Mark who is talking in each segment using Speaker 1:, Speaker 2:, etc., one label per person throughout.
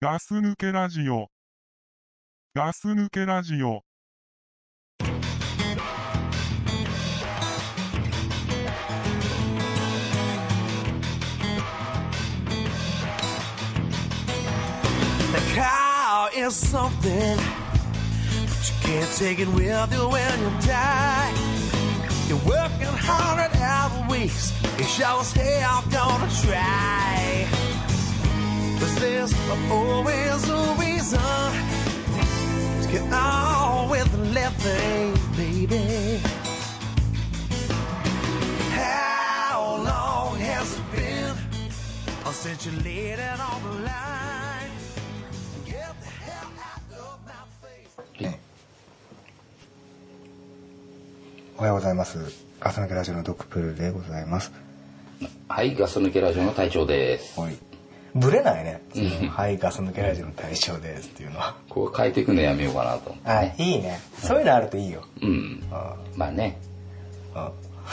Speaker 1: ガス抜けラジオ。ガス抜けラジオ。
Speaker 2: The car is something but you can't take it with you when you die. You're working hard at hour weeks. You show us here I'm gonna try. Cause there's always a reason to get on with living, baby. How long has it been since you laid it on the line? Get the hell out of my face.
Speaker 3: ねおはようございます。ガス抜けラジオのドッグプルでございます。
Speaker 4: はい、ガス抜けラジオの隊長です。
Speaker 3: はい。ぶれないね。はい、ガス抜けラジオの大将ですっていうのは。
Speaker 4: こう変えていくのやめようかなと思って、
Speaker 3: あ、
Speaker 4: ね。
Speaker 3: いいね。そういうのあるといいよ。
Speaker 4: うん。
Speaker 3: あ
Speaker 4: まあね。
Speaker 3: あ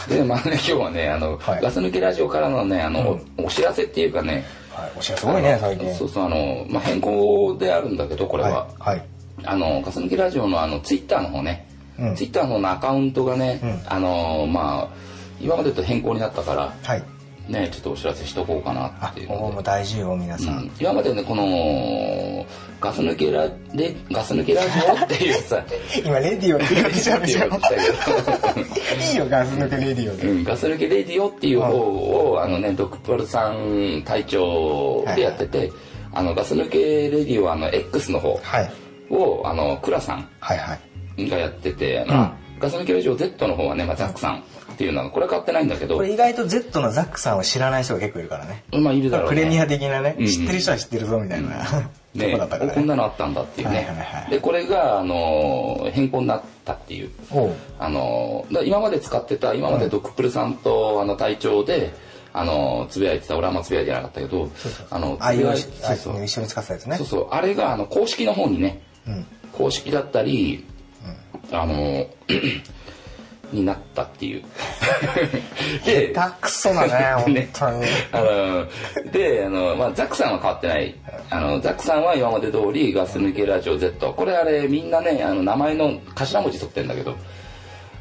Speaker 4: で、まあね、今 日はね、あの、
Speaker 3: はい
Speaker 4: ガス抜けラジオからのね、あの、お知らせっていうかね、
Speaker 3: はい。お知らせ多いね、最近。
Speaker 4: そうそう、あの、まあ、変更であるんだけど、これは。
Speaker 3: はい。はい。
Speaker 4: あの、ガス抜けラジオのあの、ツイッターの方ね、
Speaker 3: うん
Speaker 4: ツイッターの方のアカウントがね、
Speaker 3: うん
Speaker 4: あの、まあ、今までと変更になったから、
Speaker 3: はい。
Speaker 4: ね、ちょっとお知らせしとこうかな
Speaker 3: あ
Speaker 4: っていう、
Speaker 3: こ
Speaker 4: の
Speaker 3: こ
Speaker 4: で
Speaker 3: も。大事よ、皆さ。
Speaker 4: うんん今までねこのガス抜けラでガス抜けラジオっていうさ
Speaker 3: 今、レディオって言ってしゃべっちゃう。
Speaker 4: う
Speaker 3: いいよ、ガス抜けレディオで。
Speaker 4: んガス抜けレディオっていう方をあのねドクパルさん隊長でやってて、あのガス抜けレディオはあの X の方
Speaker 3: はい。
Speaker 4: をあのクラさん
Speaker 3: はいはい。
Speaker 4: がやってて、あ
Speaker 3: うん
Speaker 4: のガス抜けレディオ Z の方はね、まあ、ザックさんっていうのはこれは買ってないんだけど
Speaker 3: これ意外と Z のザックさんを知らない人が結構いるからね。
Speaker 4: まあいるだろう、
Speaker 3: プ
Speaker 4: ね、
Speaker 3: レミア的なね、
Speaker 4: うん
Speaker 3: 知ってる人は知ってるぞみたいな、 と
Speaker 4: ね
Speaker 3: こだったか
Speaker 4: おこ
Speaker 3: ら
Speaker 4: ん
Speaker 3: ね。
Speaker 4: なのあったんだっていうね、
Speaker 3: はいはいはい
Speaker 4: でこれがあの変更になったっていう
Speaker 3: おう
Speaker 4: あのだ今まで使ってた今までドクプルさんとあの隊長であのつぶやいてた俺はあんまつぶやいてなかったけどあの
Speaker 3: ああ
Speaker 4: つ
Speaker 3: い
Speaker 4: ぶ
Speaker 3: う
Speaker 4: やい
Speaker 3: さっき
Speaker 4: そう
Speaker 3: の一緒に使ってたやつね
Speaker 4: そう。そうあれがあの公式の方にね
Speaker 3: うん。
Speaker 4: 公式だったり、あの になったって いうで
Speaker 3: たくそだね
Speaker 4: ね、
Speaker 3: 本当に。
Speaker 4: あのであの、まあ、ザックさんは変わってないあのザックさんは今まで通りガス抜けラジオ Z これあれみんなねあの名前の頭文字取ってんだけど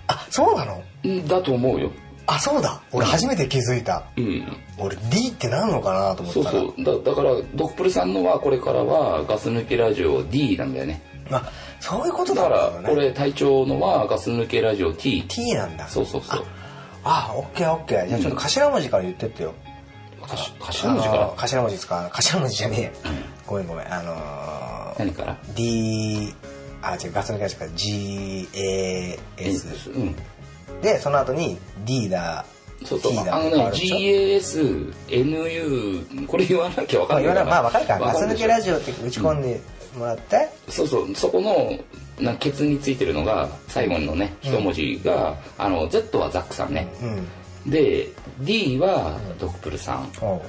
Speaker 3: あ、そうなの
Speaker 4: んだと思うよ
Speaker 3: あ、そうだ。俺初めて気づいた。
Speaker 4: うん
Speaker 3: 俺 D ってなんのかなと思って
Speaker 4: そう
Speaker 3: たら。
Speaker 4: そうだだからドクプルさんのはこれからはガス抜けラジオ D なんだよね
Speaker 3: あ、そういうこと
Speaker 4: だ
Speaker 3: だ
Speaker 4: か
Speaker 3: った
Speaker 4: ら
Speaker 3: んだ
Speaker 4: こ
Speaker 3: ね。
Speaker 4: れ隊長のはガス抜けラジオ T
Speaker 3: T なんだ。
Speaker 4: そうそうそう
Speaker 3: あ、オッケーオッケー。じゃあちょっと頭文字から言ってってよ。
Speaker 4: かし頭文字か
Speaker 3: あの
Speaker 4: ら
Speaker 3: 頭文字使わない。頭文字じゃねえ。ごめんごめん。あのー
Speaker 4: 何から
Speaker 3: D、あ、違う、ガスの会社から G、A、S。
Speaker 4: うん
Speaker 3: でその後に D だ
Speaker 4: そうそう
Speaker 3: T だ
Speaker 4: あ
Speaker 3: と
Speaker 4: の
Speaker 3: か
Speaker 4: ね
Speaker 3: あるでしょ
Speaker 4: GASNU これ言わなきゃ分
Speaker 3: ま
Speaker 4: か
Speaker 3: あ
Speaker 4: ん
Speaker 3: 言わない
Speaker 4: ないから
Speaker 3: まあ分かるかガ
Speaker 4: わ
Speaker 3: ス
Speaker 4: で
Speaker 3: 抜
Speaker 4: し
Speaker 3: け
Speaker 4: ょ
Speaker 3: ラジオって打ち込んでもらって、
Speaker 4: そうそうそこのなんかケツについてるのが最後のね一文字が、あの Z はザックさんね、
Speaker 3: うん
Speaker 4: で D はドクプルさん、
Speaker 3: お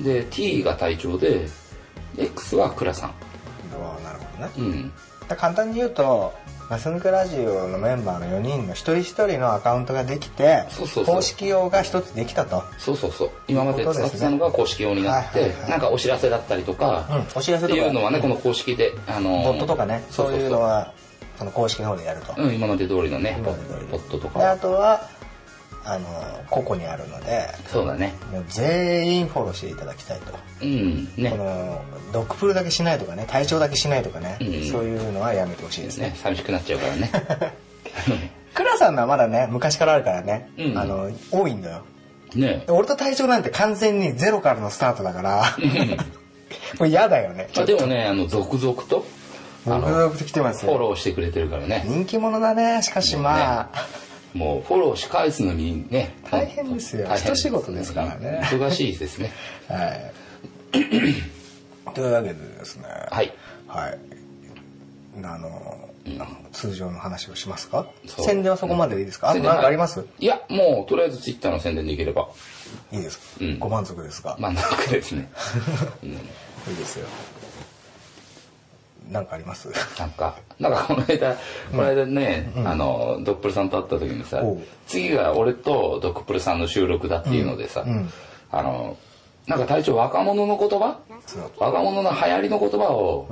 Speaker 3: う
Speaker 4: で T が隊長で X はクラさん
Speaker 3: ああなるほどね
Speaker 4: うん
Speaker 3: だ簡単に言うとガス抜けラジオのメンバーの4人の一人一人のアカウントができて
Speaker 4: そうそうそう
Speaker 3: 公式用が一つできたと、
Speaker 4: そうそうそう今まで使ってたのが公式用になって、
Speaker 3: はいはいはい
Speaker 4: なんかお知らせだったりと
Speaker 3: うん
Speaker 4: か、、
Speaker 3: お知らせ
Speaker 4: って
Speaker 3: と
Speaker 4: いう
Speaker 3: か
Speaker 4: のはねこの公式であの
Speaker 3: ボットとかねそういうの
Speaker 4: は
Speaker 3: はその公式の方でやると、
Speaker 4: うん、今まで通りのね
Speaker 3: 今まで通り
Speaker 4: ボットと
Speaker 3: であ
Speaker 4: か
Speaker 3: とはあの個々にあるので
Speaker 4: そうだね
Speaker 3: もう全員フォローしていただきたいと
Speaker 4: うん
Speaker 3: こ
Speaker 4: ね
Speaker 3: のドッグプルだけしないとかね体調だけしないとかね、
Speaker 4: うん
Speaker 3: そういうのはやめてほしいですね
Speaker 4: ね寂しくなっちゃうから ね
Speaker 3: クラさんのはまだね昔からあるからね、
Speaker 4: うん
Speaker 3: あの多いんだよ
Speaker 4: ね
Speaker 3: 俺と体調なんて完全にゼロからのスタートだから、 もう嫌だよね
Speaker 4: まあ、でもねあの続々とあ
Speaker 3: 僕
Speaker 4: の
Speaker 3: が来てます
Speaker 4: フォ
Speaker 3: よ
Speaker 4: ローしてくれてるからね
Speaker 3: 人気者だねしかしまあ、
Speaker 4: もうフォローし返すのにね
Speaker 3: 大変ですよ
Speaker 4: 大変
Speaker 3: 一仕事ですからね
Speaker 4: うん忙しいですね
Speaker 3: はいというわけでですねは、
Speaker 4: はいい
Speaker 3: あの、通常の話をしますか
Speaker 4: そう
Speaker 3: 宣伝はそこまででいいですか、あと
Speaker 4: 宣伝
Speaker 3: 何かあります、
Speaker 4: いやもうとりあえずツイッターの宣伝でいければ
Speaker 3: いいですか、
Speaker 4: うん
Speaker 3: ご満足ですか、
Speaker 4: まあなんかです ね
Speaker 3: いいですよなんかあります
Speaker 4: なんかなんかこの間この間ね、あのドップルさんと会った時にさ
Speaker 3: おう
Speaker 4: 次が俺とドップルさんの収録だっていうのでさ、
Speaker 3: うんうん
Speaker 4: あのなんか隊長若者の言葉
Speaker 3: そう
Speaker 4: 若者の流行りの言葉を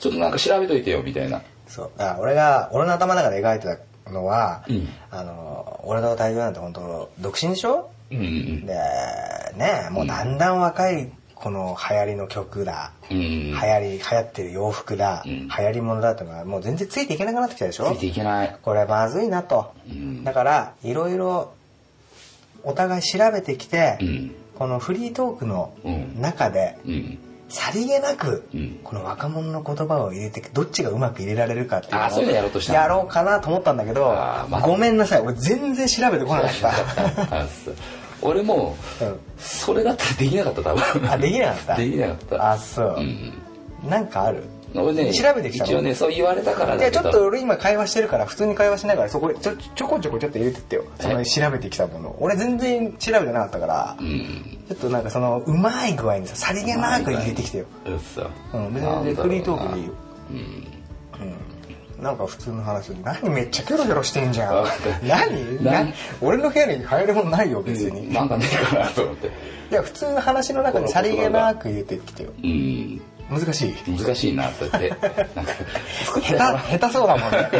Speaker 4: ちょっとなんか調べといてよみたいな
Speaker 3: そうあ俺が俺の頭の中で描いてたのは、
Speaker 4: うん
Speaker 3: あの俺の体調なんて本当独身でしょ
Speaker 4: うんうん
Speaker 3: でねもうだんだん若いこの流行りの曲だ、
Speaker 4: うん
Speaker 3: 流行り流行ってる洋服だ、
Speaker 4: うん
Speaker 3: 流行り物だとかもう全然ついていけなくなってきたでし
Speaker 4: つ
Speaker 3: ょ
Speaker 4: いていけない
Speaker 3: これまずいなと、
Speaker 4: ん
Speaker 3: だからいろいろお互い調べてきて、
Speaker 4: うん
Speaker 3: このフリートークの
Speaker 4: うん
Speaker 3: 中で、
Speaker 4: うん
Speaker 3: さりげなく、
Speaker 4: うん
Speaker 3: この若者の言葉を入れてどっちがうまく入れられるかっていうのを
Speaker 4: あそういうのやろうとしたの
Speaker 3: やろうかなと思ったんだけど、
Speaker 4: あーまあ
Speaker 3: ごめんなさい俺全然調べてこなかった
Speaker 4: あそう俺も
Speaker 3: うん
Speaker 4: それだったらできなかった多分
Speaker 3: あできなかった
Speaker 4: できなかった
Speaker 3: あそう、
Speaker 4: ん
Speaker 3: なんかある
Speaker 4: 俺ね
Speaker 3: 調べてきたの
Speaker 4: 一応ねそう言われたから
Speaker 3: い
Speaker 4: だ
Speaker 3: や
Speaker 4: け
Speaker 3: ちょ
Speaker 4: ど
Speaker 3: っと俺今会話してるから普通に会話しながらそこちょちょこちょこちょっと入れてってよその
Speaker 4: え
Speaker 3: 調べてきたもの俺全然調べてなかったから、
Speaker 4: うん
Speaker 3: ちょっとなんかそのうまい具合にささりげなく入れてきてよ、
Speaker 4: うっそ
Speaker 3: うん、別
Speaker 4: なんだろう
Speaker 3: に
Speaker 4: な
Speaker 3: フリートークでいいよ
Speaker 4: うん
Speaker 3: なんか普通の話何めっちゃキョロキョロしてんじゃん
Speaker 4: あ
Speaker 3: 何
Speaker 4: なん
Speaker 3: な俺の部屋に入るもんないよ別に、い
Speaker 4: なんかね えかなと思って
Speaker 3: や普通の話の中にさりげなく入れてきてよ
Speaker 4: うん
Speaker 3: 難しい
Speaker 4: 難しいなそうや ってなんか作っても
Speaker 3: 下
Speaker 4: らう
Speaker 3: 手下手そうだもんね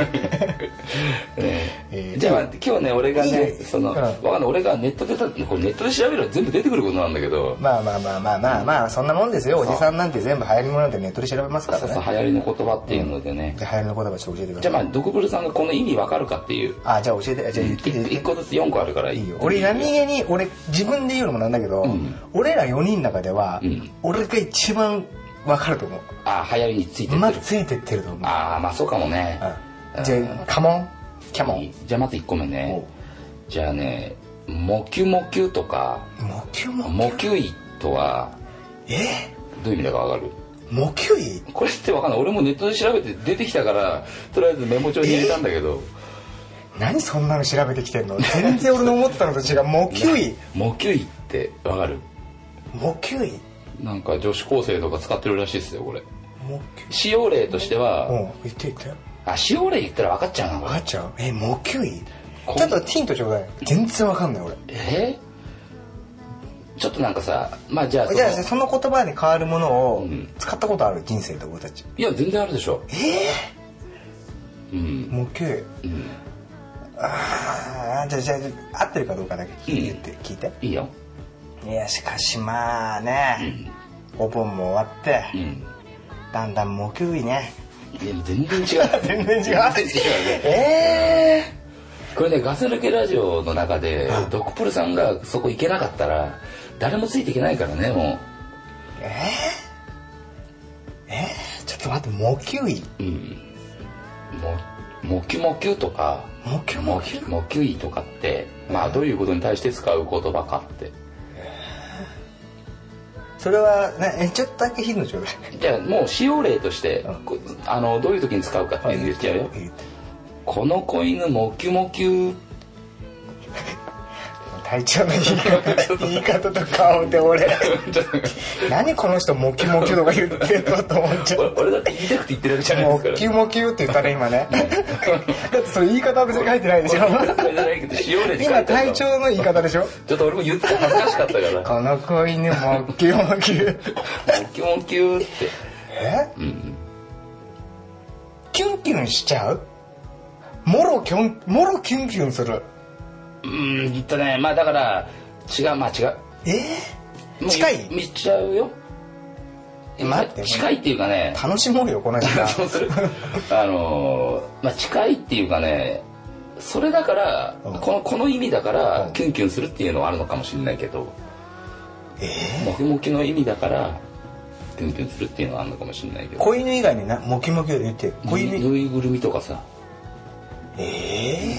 Speaker 3: え
Speaker 4: え
Speaker 3: ー
Speaker 4: ーじゃあまあ今日ね俺がね
Speaker 3: いいよ
Speaker 4: その、
Speaker 3: うん
Speaker 4: わかんない俺がネットでたこれネットで調べれば全部出てくることなんだけど、
Speaker 3: まあまあまあまあまあまあそんなもんですよおじさんなんて全部流行りものなんてネットで調べますか
Speaker 4: さ
Speaker 3: ら
Speaker 4: さ
Speaker 3: ね
Speaker 4: 流行りの言葉っていうのでね、
Speaker 3: じゃあ流行りの言葉ちょっと教えてくだ
Speaker 4: じ
Speaker 3: さ
Speaker 4: ゃあ
Speaker 3: い
Speaker 4: まあドクブルさんがこの意味わかるかっていう
Speaker 3: あじゃあ教えてじゃあ言って言って
Speaker 4: 1個ずつ4個あるから
Speaker 3: いいよ俺何気に俺自分で言うのもなんだけど、
Speaker 4: ん
Speaker 3: 俺ら4人の中では、
Speaker 4: うん
Speaker 3: 俺が一番分かると思う
Speaker 4: あ流行りについてってる、
Speaker 3: まずついてってると思う
Speaker 4: ああまあそうかもね、
Speaker 3: うんじゃあカモンキャモン
Speaker 4: じゃあまず1個目ね
Speaker 3: お
Speaker 4: じゃあね「モキュモキュ」とか
Speaker 3: モキュ
Speaker 4: 「
Speaker 3: モ
Speaker 4: モキュイ」とは
Speaker 3: え
Speaker 4: どういう意味だかわかる
Speaker 3: モキュイ
Speaker 4: これってわかんない俺もネットで調べて出てきたからとりあえずメモ帳に入れたんだけど
Speaker 3: 何そんなの調べてきてんの全然俺の思ってたのと違うモキュイ
Speaker 4: 「モキュイ」ってわかる
Speaker 3: モキュイ
Speaker 4: なんか女子高生とか使ってるらしいですよこれ
Speaker 3: モキュイ
Speaker 4: 使用例としては、
Speaker 3: うん言って言って
Speaker 4: あ使用例言ったら分かっちゃうなこ
Speaker 3: 分
Speaker 4: れ
Speaker 3: かっちゃうえモキュイ
Speaker 4: こん
Speaker 3: ちょっとティントちょうだい全然分かんない俺
Speaker 4: えーちょっとなんかさまあじゃあその
Speaker 3: じゃあその言葉に変わるもの
Speaker 4: う
Speaker 3: を
Speaker 4: ん
Speaker 3: 使ったことある人生で俺たち
Speaker 4: いや全然あるでしょえうん
Speaker 3: モキュイ
Speaker 4: うん
Speaker 3: ああじゃあじゃあ合ってるかどうかだけ言って聞いて
Speaker 4: いいよ
Speaker 3: いやしかしまあねお盆も終わって
Speaker 4: うん
Speaker 3: だんだん木曜日ね
Speaker 4: でも全然違う
Speaker 3: 全然違う
Speaker 4: 全然違うね
Speaker 3: ええ
Speaker 4: これねガス抜けラジオの中でドクプルさんがそこ行けなかったら誰もついていけないからねも
Speaker 3: ええええちょっと待って木曜日
Speaker 4: ううんもモキュモキュとか
Speaker 3: モキュモ
Speaker 4: モ
Speaker 3: キ
Speaker 4: キ
Speaker 3: ュ
Speaker 4: ュモキュイとかってまあどういうことに対して使う言葉かって
Speaker 3: それはねえちょっとだけヒントちょうだい
Speaker 4: じゃあもう使用例として
Speaker 3: うん
Speaker 4: こあのどういう時に使うかっていうの言っちゃうよ
Speaker 3: 言って
Speaker 4: この子犬もきゅもきゅ
Speaker 3: 体調の言い方言い方と顔で 俺何この人モキモキとか言ってんのと思っちゃ
Speaker 4: 俺
Speaker 3: う
Speaker 4: 俺だって言いたくて言ってるわけじゃない
Speaker 3: モ
Speaker 4: です
Speaker 3: キ
Speaker 4: から
Speaker 3: モキって言ったね今ねだってそれ言い方は別に書いてないでしょ
Speaker 4: これじゃないけど使用例に書いてあ
Speaker 3: 今
Speaker 4: るから
Speaker 3: 体調の言い方でしょ
Speaker 4: ちょっと俺も言って恥ずかしかったから
Speaker 3: この子犬もキモキ
Speaker 4: 「もきゅもきゅ」って
Speaker 3: え
Speaker 4: うん
Speaker 3: キュンキュンしちゃうもろキュンもろキュンキュンする
Speaker 4: うん言ったねまあだから違うまあ違う
Speaker 3: え
Speaker 4: もう
Speaker 3: 近い
Speaker 4: 見ちゃうよ
Speaker 3: 待って
Speaker 4: 近いっていうかね
Speaker 3: 楽しもうよこの時間
Speaker 4: そうする あのーまあ近いっていうかねそれだから
Speaker 3: うん
Speaker 4: このこの意味だか
Speaker 3: う
Speaker 4: ら
Speaker 3: ん
Speaker 4: キュンキュンするっていうのはあるのかもしれないけど
Speaker 3: え
Speaker 4: モキモキの意味だからキュンキュンするっていうのはあるのかもしれないけ
Speaker 3: ー、
Speaker 4: ど
Speaker 3: 子犬以外になモキモキを言って子
Speaker 4: ぬい
Speaker 3: 犬
Speaker 4: ぬいぐるみとかさ
Speaker 3: え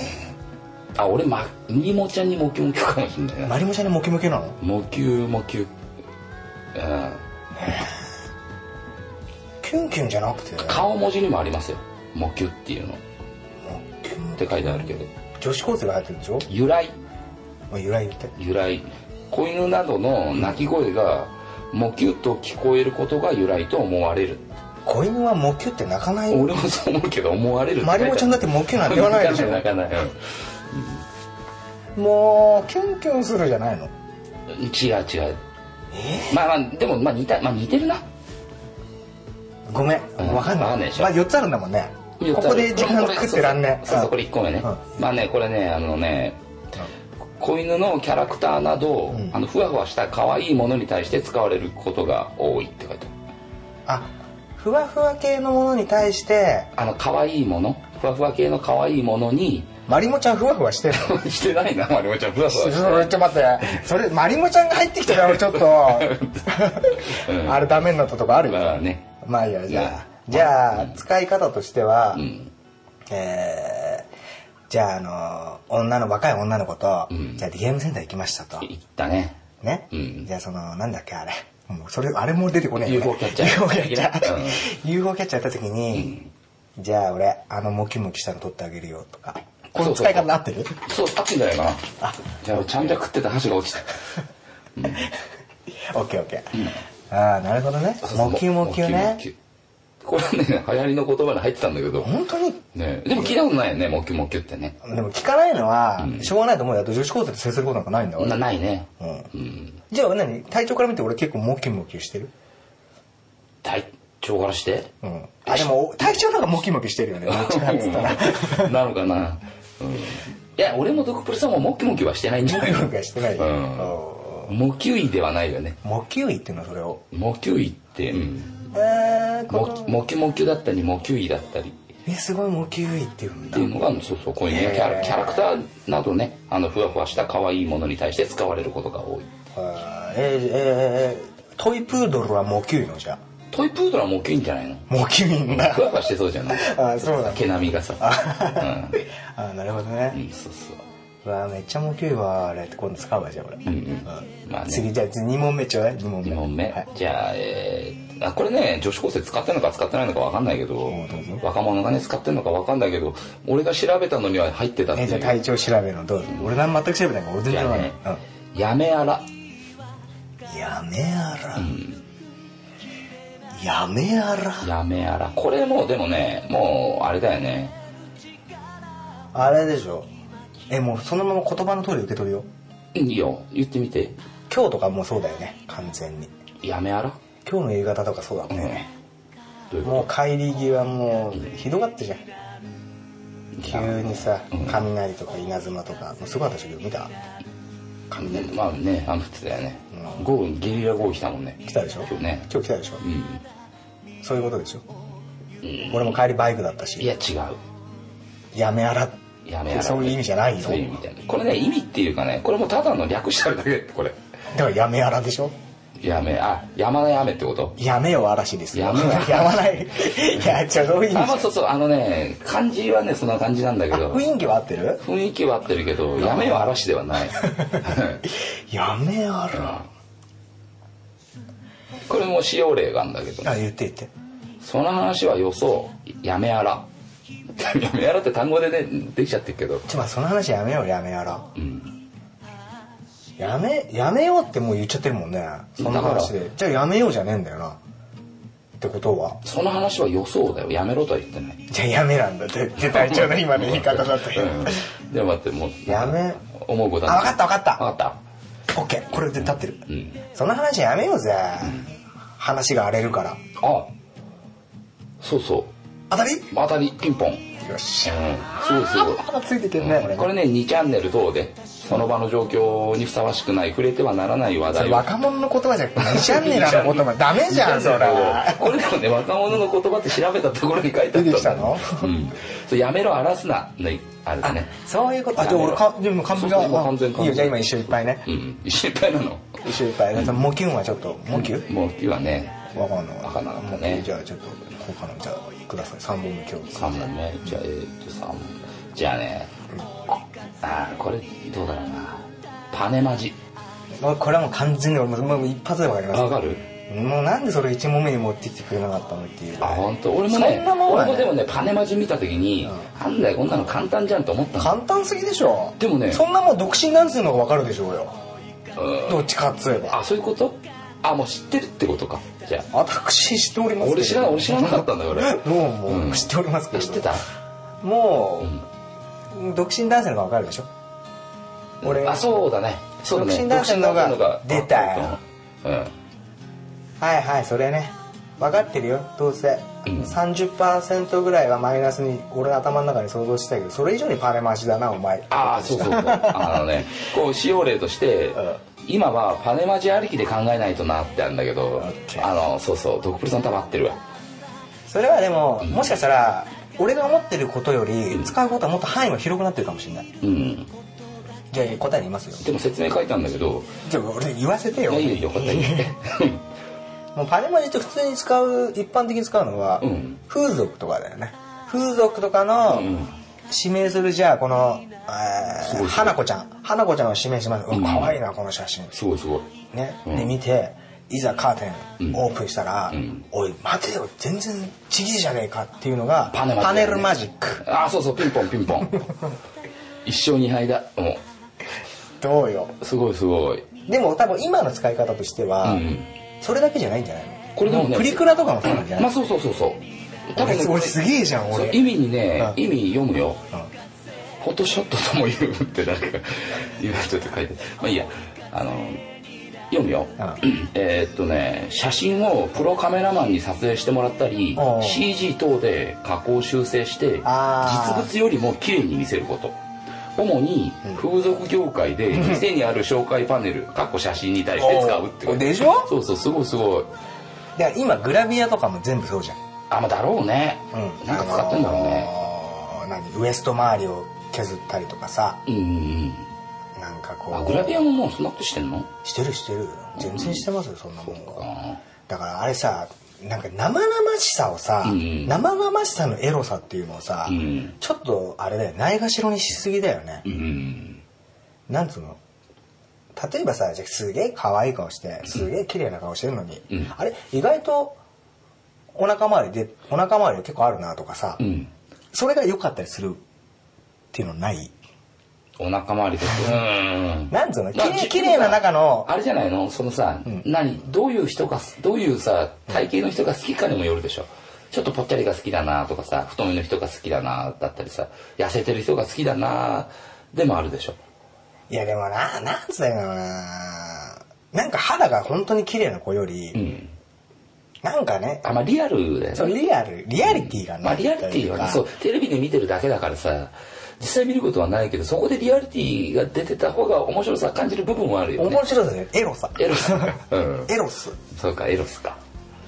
Speaker 4: あ俺まにもちゃんにモキモキかもしれない
Speaker 3: ー、
Speaker 4: な
Speaker 3: マリモちゃんにモキモキなの
Speaker 4: モキュモキュうん
Speaker 3: キュンキュンじゃなくてモ
Speaker 4: 顔文字にもありますよモキュっていうのっ
Speaker 3: キュン
Speaker 4: て書いてあるけど
Speaker 3: 女子高生が入ってるでしょ
Speaker 4: 由来
Speaker 3: おい由来言って
Speaker 4: 由来子犬などの鳴き声がモキュと聞こえることが由来と思われる
Speaker 3: 子犬はモキュって泣かない
Speaker 4: 俺もそう思うけど思われる
Speaker 3: マリモちゃんだってモキュなんて言わないでし
Speaker 4: 泣
Speaker 3: ょ
Speaker 4: かない泣かない
Speaker 3: もうキュンキュンするじゃないの
Speaker 4: うん違う違うまあまあでもまあ似た、まあ、似てるな
Speaker 3: ごめん
Speaker 4: うん
Speaker 3: わかん
Speaker 4: わ
Speaker 3: な
Speaker 4: か
Speaker 3: い
Speaker 4: んないでしょ
Speaker 3: まあ4つあるんだもんね
Speaker 4: 言った
Speaker 3: こ
Speaker 4: ら
Speaker 3: こで時間食ってらんね
Speaker 4: そうそうそうそうこ
Speaker 3: うん
Speaker 4: れ1個目ね、
Speaker 3: う
Speaker 4: まあねこれねあのね子犬のキャラクターなど、
Speaker 3: ん
Speaker 4: あのふわふわした可愛いものに対して使われることが多いって書いてある
Speaker 3: あふわふわ系のものに対して
Speaker 4: あの可愛いものふわふわ系の可愛いものに
Speaker 3: マリモちゃんふわふわしてるの
Speaker 4: してないなまりもちゃんふわふ
Speaker 3: ち
Speaker 4: わ
Speaker 3: ょ
Speaker 4: してない
Speaker 3: っと待ってそれマリモちゃんが入ってきたからちょっと、
Speaker 4: うん
Speaker 3: あれダメになったとこあるよ
Speaker 4: まあね
Speaker 3: まあいいやじゃ
Speaker 4: ま
Speaker 3: あ
Speaker 4: あ
Speaker 3: じゃあ使い方としては、
Speaker 4: うん
Speaker 3: えーじゃああの女の若い女の子と、
Speaker 4: うん
Speaker 3: じゃあゲームセンター行きましたと
Speaker 4: 言ったね
Speaker 3: ね、
Speaker 4: うん
Speaker 3: じゃあそのなんだっけあれもうそれあれも出てこねえ
Speaker 4: UFO キャッチャー
Speaker 3: UFO キャッチャ
Speaker 4: うん
Speaker 3: ー UFO キャッチャーやった時に、じゃあ俺あのモキモキしたの取ってあげるよとかこの使い方合ってる
Speaker 4: そうあってんじゃないかな
Speaker 3: あ
Speaker 4: じゃあちゃんじゃ食ってた箸が落ちた
Speaker 3: オッケーオッケーああなるほどねモキモキね
Speaker 4: モキモキこれね流行りの言葉に入ってたんだけど、
Speaker 3: 本当に
Speaker 4: ね、でも聞いたことないよねモキュモキュってね
Speaker 3: でも聞かないのはしょうがないと思うよだって女子高生と接することなんかないんだ
Speaker 4: な
Speaker 3: 俺
Speaker 4: ないね
Speaker 3: うん
Speaker 4: うん
Speaker 3: じゃあ何体調から見て俺結構モキモキしてる
Speaker 4: 体調からして
Speaker 3: うんあでも体調なんかモキモキしてるよねどっちかっつったら
Speaker 4: なのかな、うん、いや俺もドクプルさんもモキュモキュはしてないんじゃ
Speaker 3: モ
Speaker 4: ない
Speaker 3: キ
Speaker 4: の
Speaker 3: モキはしてないよ、
Speaker 4: うん
Speaker 3: お
Speaker 4: モキュイではないよね
Speaker 3: ーモキウイっていうのはそれを
Speaker 4: モキュイって、うん、
Speaker 3: えー、こ
Speaker 4: モキモキモキュだったりモキュイだったりっ
Speaker 3: えすごいモキウイっていうんだ
Speaker 4: ていうのがそうそうこういうねキャラキャラクターなどねあのふわふわした可愛いものに対して使われることが多い
Speaker 3: あーえー、えー、トイプードルはモキウイのじゃ
Speaker 4: トイプードルはモキュイんじゃな いの
Speaker 3: モキウイんだ
Speaker 4: ふわふわしてそうじゃない
Speaker 3: あーそうだ
Speaker 4: 毛並みがさ
Speaker 3: あー、なるほど
Speaker 4: うん、
Speaker 3: ね、
Speaker 4: うん、そうそう
Speaker 3: うわーめっちゃモキウイはあれって今度使うわじゃあ俺、
Speaker 4: うんうんまあね
Speaker 3: 次じゃあ2問目ちょうだい2問目
Speaker 4: 2問目、
Speaker 3: はい、
Speaker 4: じゃあ,、えーあこれね女子高生使ってるのか使ってないのか分かんないけど
Speaker 3: んどうぞ
Speaker 4: 若者がね使ってるのか分かんないけど俺が調べたのには入ってたってい
Speaker 3: え
Speaker 4: う
Speaker 3: じゃあ体調調べるのどうぞ、俺なん全く調べないから俺全
Speaker 4: じ
Speaker 3: 然
Speaker 4: ゃあ
Speaker 3: わかんない
Speaker 4: ね、やめあら
Speaker 3: うん、やめあら、やめあら
Speaker 4: やめあらこれもうでもねもうあれだよね
Speaker 3: あれでしょえもうそのまま言葉の通り受け取るよ
Speaker 4: いいよ言ってみて
Speaker 3: 今日とかもうそうだよね完全に
Speaker 4: やめあら、
Speaker 3: 今日の夕方とかそうだもんね、
Speaker 4: どういう
Speaker 3: も
Speaker 4: こ
Speaker 3: う帰り際もうひどかったじゃん
Speaker 4: と
Speaker 3: 急にさ
Speaker 4: うん
Speaker 3: 雷とか稲妻とかもうすごかったでしょ見た
Speaker 4: 雷まあね雨降ってたよね、
Speaker 3: うん
Speaker 4: 豪雨ゲリラ豪雨来たもんね
Speaker 3: 来たでしょ
Speaker 4: 今日ね
Speaker 3: 今日来たでしょ
Speaker 4: うん
Speaker 3: そういうことでしょ
Speaker 4: うん
Speaker 3: 俺も帰りバイクだった
Speaker 4: いや
Speaker 3: し
Speaker 4: 違う
Speaker 3: やめあら
Speaker 4: やめあら
Speaker 3: そういう意味じゃないよ
Speaker 4: そういう意味じゃないこれね意味っていうかねこれもただの略してあるだけこれ
Speaker 3: だからやめあらでしょ
Speaker 4: やめあ山のやめってこと
Speaker 3: やめよ嵐ですよ
Speaker 4: やめよ
Speaker 3: やまないいやちょそういう意
Speaker 4: あ
Speaker 3: 味
Speaker 4: まあそうそうあのね漢字はねそんな感じなんだけど
Speaker 3: 雰囲気は合ってる
Speaker 4: 雰囲気は合ってるけどやめは嵐ではない
Speaker 3: やめあ
Speaker 4: う
Speaker 3: ら
Speaker 4: んこれも使用例があるんだけど
Speaker 3: あ言って言って
Speaker 4: その話はよそうやめあら やめあらって単語でねできちゃってるけど
Speaker 3: ちょまあその話やめようやめあら
Speaker 4: うん
Speaker 3: やめやめようってもう言っちゃってるもんねそんな話でじゃあやめようじゃねえんだよなってことは
Speaker 4: その話はよそうだよやめろとは言ってない
Speaker 3: じゃあやめなんだってって隊長の今の言い方だったよ
Speaker 4: うんでも待ってもう
Speaker 3: やめ
Speaker 4: 思うこと
Speaker 3: あ分かった分かった
Speaker 4: 分か
Speaker 3: OK これで立ってる、
Speaker 4: ったうん
Speaker 3: その話やめようぜ、話が荒れるから
Speaker 4: あそうそう
Speaker 3: 当たり
Speaker 4: 当たりピンポンうん
Speaker 3: よっしゃ
Speaker 4: すごいすごい
Speaker 3: 鼻ついてけんね、
Speaker 4: これね2チャンネル等でその場の状況にふさわしくない触れてはならない
Speaker 3: そ
Speaker 4: 話題
Speaker 3: れ
Speaker 4: を
Speaker 3: 若者の言葉じゃなくて2チャンネルの言葉ダメじゃ んそれ
Speaker 4: これでもね若者の言葉って調べたところに書いてあった
Speaker 3: 出てきたの
Speaker 4: うんそうやめろ荒らすなのあれだね
Speaker 3: そういうことあじゃあ俺かでも完璧
Speaker 4: そうそう今
Speaker 3: だ
Speaker 4: 完全
Speaker 3: いいよじゃあ今一緒いっぱいね
Speaker 4: うん心配なの
Speaker 3: 一緒いっぱいだからモキュンはちょっとモキュン
Speaker 4: もう今ね
Speaker 3: わかんない。
Speaker 4: わかんなかったね
Speaker 3: じゃあちょっと他のじゃあください。三本目今日。
Speaker 4: 3問目じゃあえーっと3問じゃあねあーこれどうだろうなパネマジ
Speaker 3: もうこれはもう完全に俺ももう一発でわかります。
Speaker 4: わかる
Speaker 3: もうなんでそれ一問目に持ってきてくれなかったのっていう。
Speaker 4: あ本当俺も
Speaker 3: そ
Speaker 4: ね
Speaker 3: んなもんは
Speaker 4: 俺
Speaker 3: ね
Speaker 4: もでもねパネマジ見た時に、
Speaker 3: ん
Speaker 4: なんだよこんなの簡単じゃんと思ったの
Speaker 3: 簡単すぎでしょ。
Speaker 4: でもね
Speaker 3: そんなもう独身男性の方がわかるでしょうよ。
Speaker 4: うん
Speaker 3: どっちかっつえば。
Speaker 4: あそういうことあもう知ってるってことかじゃあ
Speaker 3: 私知っておりますけど。
Speaker 4: 俺知らな俺知らなかったんだよ 俺
Speaker 3: もうも
Speaker 4: うん
Speaker 3: う知っておりますけど。
Speaker 4: 知ってた
Speaker 3: もう、独身男性の方がわかるでしょ。俺
Speaker 4: あそうだねそうだね
Speaker 3: 独身男性の方が
Speaker 4: 独
Speaker 3: 出
Speaker 4: 身男性の方
Speaker 3: たよ
Speaker 4: うん
Speaker 3: はいはいそれね分かってるよどうせ、
Speaker 4: うん
Speaker 3: 30%ぐらいはマイナスに俺の頭の中に想像してたけどそれ以上にパネ回しだなお前
Speaker 4: ああそうそうそうあの ねこう使用例として
Speaker 3: ん
Speaker 4: 今はパネマジありきで考えないとなってあるんだけど
Speaker 3: OK
Speaker 4: あのそうそうドクプルさん多分合ってるわ
Speaker 3: それはでも、もしかしたら俺が思ってることより使うことはもっと範囲が広くなってるかもしれない
Speaker 4: うん
Speaker 3: じゃあ答え言いますよ
Speaker 4: でも説明書いてあるんだけど
Speaker 3: じゃあ俺言わせて
Speaker 4: い
Speaker 3: よ
Speaker 4: やいいよいいよ答え言って
Speaker 3: もうパネマジって普通に使う一般的に使うのは、
Speaker 4: うん
Speaker 3: 風俗とかだよね風俗とかの
Speaker 4: うん
Speaker 3: 指名するじゃあこの、
Speaker 4: す
Speaker 3: え
Speaker 4: ご
Speaker 3: ー、
Speaker 4: い
Speaker 3: 花子ちゃん花子ちゃんを指名します、う
Speaker 4: うん
Speaker 3: わ可愛いなこの写真
Speaker 4: すごいすごい
Speaker 3: ね、
Speaker 4: うん
Speaker 3: で見ていざカーテ
Speaker 4: う
Speaker 3: ン
Speaker 4: ん
Speaker 3: オープンしたら「
Speaker 4: うん
Speaker 3: おい待てよ全然ちぎりじゃねえか」っていうのが
Speaker 4: パネマジだよね
Speaker 3: ルマジック
Speaker 4: ああそうそうピンポンピンポン一生二敗だも
Speaker 3: どうよ
Speaker 4: うすごいすごい
Speaker 3: でも多分今の使い方としては、
Speaker 4: うん
Speaker 3: それだけじゃないんじゃないの
Speaker 4: これでもね
Speaker 3: プリクラとかもそうなんじゃない、
Speaker 4: まあそうそうそうそう多分ね
Speaker 3: 俺俺すげえじゃん
Speaker 4: そう
Speaker 3: 俺
Speaker 4: 意味にね
Speaker 3: うん
Speaker 4: 意味読むよ
Speaker 3: うん
Speaker 4: フォトショットとも言うって誰か言う人って書いてまあいいやあの読むよ、
Speaker 3: う
Speaker 4: えーっとね写真をプロカメラマンに撮影してもらったり
Speaker 3: おう
Speaker 4: CG 等で加工修正して実
Speaker 3: あー
Speaker 4: 物よりも綺麗に見せること主に風俗業 界で店にある紹介パネルかっこ写真に対して使うってこ
Speaker 3: お
Speaker 4: と
Speaker 3: でしょ
Speaker 4: そうそうすごいすごい
Speaker 3: だから今グラビアとかも全部そうじゃん
Speaker 4: あまあだろうね、
Speaker 3: うん
Speaker 4: なんか使ってんだろうね
Speaker 3: あのー何ウエスト周りを削ったりとかさ
Speaker 4: うんうん
Speaker 3: なんか
Speaker 4: うんあ
Speaker 3: こ
Speaker 4: グラ
Speaker 3: う
Speaker 4: ビアももうそんなことしてんの
Speaker 3: してるしてる全然してますよそんなもんは
Speaker 4: あ
Speaker 3: だからあれさなんか生々しさをさ、
Speaker 4: うんうん
Speaker 3: 生々しさのエロさっていうのをさ、
Speaker 4: ーうん
Speaker 3: ちょっとあれだよないがしろにしすぎだよね
Speaker 4: う、ん
Speaker 3: なんつうの例えばさじゃあすげえ可愛い顔してすげえ綺麗な顔してるのに、
Speaker 4: うん
Speaker 3: あれ意外とお腹周りでお腹周り結構あるなとかさ、
Speaker 4: うん
Speaker 3: それが良かったりするっていうのない
Speaker 4: お腹周 りとかうん
Speaker 3: なんつうの綺
Speaker 4: まあ
Speaker 3: 麗綺麗な中の
Speaker 4: あれじゃないのそのさ、
Speaker 3: ん
Speaker 4: 何どういう人がどういうさ体型の人が好きかにもよるでしょちょっとぽっちゃりが好きだなとかさ太めの人が好きだなだったりさ痩せてる人が好きだなでもあるでしょ
Speaker 3: いやでもななんつうんだろうななんか肌が本当に綺麗な子より、
Speaker 4: うん
Speaker 3: なんかね
Speaker 4: あまあリアルだ
Speaker 3: そう
Speaker 4: よね
Speaker 3: リアルリアリティがな
Speaker 4: まあ
Speaker 3: いと
Speaker 4: リ
Speaker 3: いう
Speaker 4: ア
Speaker 3: か、
Speaker 4: リティはねそうテレビで見てるだけだからさ実際見ることはないけどそこでリアリティが出てた方が面白さ感じる部分はあるよね
Speaker 3: 面白さでエロさ
Speaker 4: エロスうん
Speaker 3: エロス
Speaker 4: そうかエロスか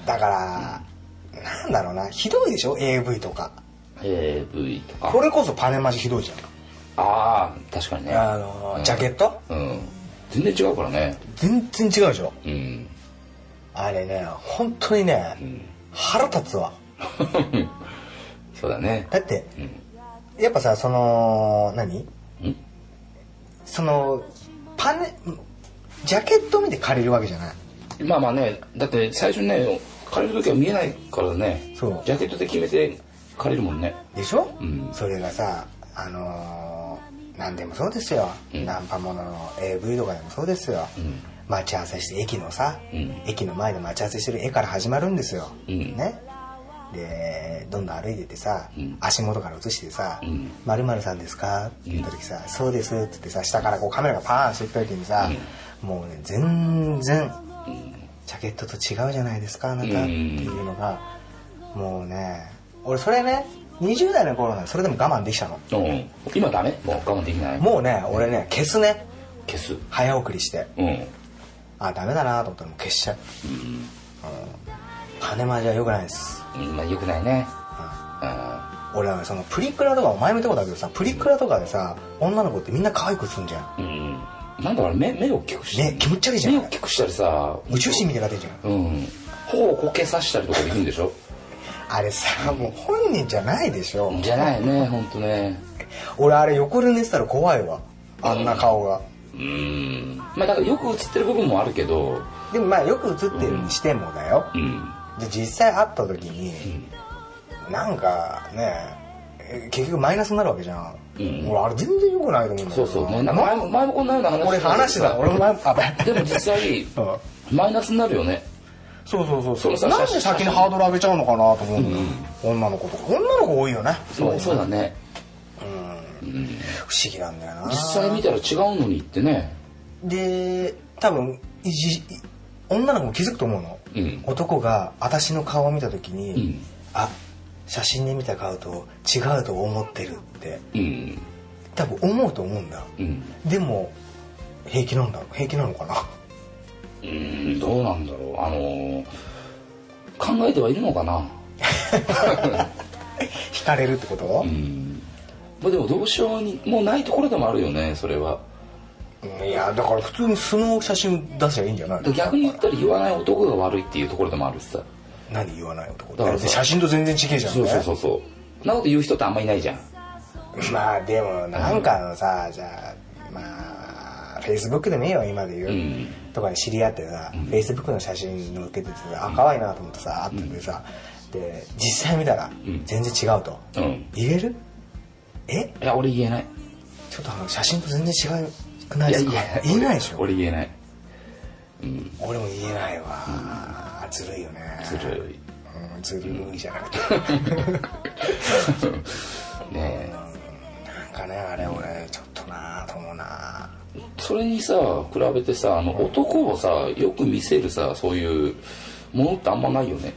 Speaker 3: だから、なんだろうなひどいでしょ AV とか
Speaker 4: AV とか
Speaker 3: これこそパネマジひどいじゃ
Speaker 4: ああ確かにね
Speaker 3: んあの
Speaker 4: うん
Speaker 3: ジャケット
Speaker 4: うん全然違うからね
Speaker 3: 全然違うでしょ
Speaker 4: うん
Speaker 3: あれね本当にね、腹立つわ
Speaker 4: そうだね
Speaker 3: だって、やっぱさその何
Speaker 4: うん
Speaker 3: そのパネジャケット見て借りるわけじゃない
Speaker 4: まあまあねだって最初ね借りる時は見えないからね
Speaker 3: そう
Speaker 4: ジャケットで決めて借りるもんね
Speaker 3: でしょ、
Speaker 4: うん
Speaker 3: それがさあのー何でもそうですよ、
Speaker 4: うん
Speaker 3: ナンパものの AV とかでもそうですよ、
Speaker 4: ん
Speaker 3: 待ち合わせして駅のさ、
Speaker 4: うん
Speaker 3: 駅の前で待ち合わせしてる絵から始まるんですよ、
Speaker 4: うん
Speaker 3: ねでどんどん歩いててさ、
Speaker 4: うん
Speaker 3: 足元から映してさ
Speaker 4: うん
Speaker 3: 「まるまるさんですか?」って言った時さ「そうです」って言ってさ下からこうカメラがパーンしていった時にさ、もうね全然ジャケットと違うじゃないですかあなたっていうのが、もうね俺それね20代の頃なんてそれでも我慢できたの
Speaker 4: うん今ダメもう我慢できない
Speaker 3: もうね俺ね消すね
Speaker 4: 消す
Speaker 3: 早送りして
Speaker 4: うん
Speaker 3: あダメだなと思ったらもう消しちゃう、うん、金回りは良くないです、
Speaker 4: うんまあよくないね
Speaker 3: うん
Speaker 4: う
Speaker 3: 俺はそのプリクラとかお前も言ったことあるけどさプリクラとかでさ女の子ってみんな可愛くすんじゃん
Speaker 4: んうんなんだろう目目を大きくし
Speaker 3: ね気持ち悪いじゃん
Speaker 4: 目を大きくしたりさ
Speaker 3: 宇宙人みたいになってんじゃん
Speaker 4: うん頬をこけさしたりとかできるんでしょ
Speaker 3: あれさもう本人じゃないでしょ、
Speaker 4: じゃないね本当ね
Speaker 3: 俺あれ横で寝てたら怖いわあんな顔が、
Speaker 4: うんまあだからよく映ってる部分もあるけど
Speaker 3: でもまあよく映ってるにしてもだよ、
Speaker 4: うん
Speaker 3: で実際会った時に、なんかねえ結局マイナスになるわけじゃん、
Speaker 4: うん
Speaker 3: 俺あれ全然良くないと思うんだけ
Speaker 4: そ
Speaker 3: ど
Speaker 4: うそうね
Speaker 3: な
Speaker 4: なんか前も前もこんなような話
Speaker 3: 俺話してた俺も 前もあ
Speaker 4: でも実際
Speaker 3: うん
Speaker 4: マイナスになるよね
Speaker 3: そうそうそう
Speaker 4: そ
Speaker 3: そう
Speaker 4: うそう
Speaker 3: なんで先にハードル上げちゃうのかなと思うんだよ、女の子とか女の子多いよね
Speaker 4: そうそうだね
Speaker 3: 不思議なんだよな
Speaker 4: 実際見たら違うのにってね
Speaker 3: で多分いじい女の子も気づくと思うの、
Speaker 4: うん
Speaker 3: 男が私の顔を見た時に、
Speaker 4: うん
Speaker 3: あ写真で見た顔と違うと思ってるって
Speaker 4: うん
Speaker 3: 多分思うと思うんだ
Speaker 4: うん
Speaker 3: でも平気なんだ平気なのかな
Speaker 4: うーんどうなんだろうあのー考えてはいるのかな
Speaker 3: 惹かれるってこと、
Speaker 4: うんまあでもどうしようにもうないところでもあるよねそれは
Speaker 3: うんいやだから普通に素の写真出せばいいんじゃないの
Speaker 4: 逆に言ったら言わない男が悪いっていうところでもあるしさ
Speaker 3: 何言わない男
Speaker 4: だからさ
Speaker 3: 写真と全然違えじゃんね
Speaker 4: そうそうそうそうそんなこと言う人ってあんまいないじゃん
Speaker 3: まあでもなんかのさ、じゃあまあフェイスブックでもいいよ今で言う、
Speaker 4: うん
Speaker 3: とかで知り合ってさ、フェイスブックの写真載っけててさあ可愛いなと思ってさ会っててさ、で実際見たら
Speaker 4: ん
Speaker 3: 全然違うと、
Speaker 4: うん
Speaker 3: 言えるえ
Speaker 4: いや俺言えない
Speaker 3: ちょっとあの写真と全然違うくないいで
Speaker 4: や
Speaker 3: すか言えないでしょ俺
Speaker 4: 俺俺言えない
Speaker 3: も言えないわ、ずるいよね
Speaker 4: ずるい
Speaker 3: うんずるいじゃなくて、
Speaker 4: ね
Speaker 3: なんかねあれ俺ちょっとなと思うな
Speaker 4: えそれにさ比べてさあの男をさよく見せるさそういうものってあんまないよね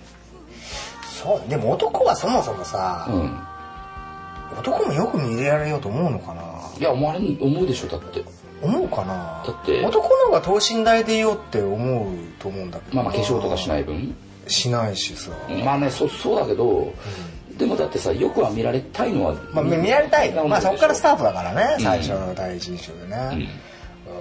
Speaker 3: そうでも男はそもそもさ、
Speaker 4: うん
Speaker 3: 男もよく見られようと思うのかない
Speaker 4: や思われん思うでしょだって
Speaker 3: 思うかな
Speaker 4: だって
Speaker 3: 男の方が等身大でいようって思うと思うんだけど
Speaker 4: まあまあ化粧とかしない分
Speaker 3: しないしさ、
Speaker 4: まあねそそうだけど、でもだってさよくは見られたいのは、
Speaker 3: まあ、見られたい
Speaker 4: なもん
Speaker 3: まあ
Speaker 4: でしょ
Speaker 3: そこからスタートだからね
Speaker 4: うん
Speaker 3: 最初の第一印象でね、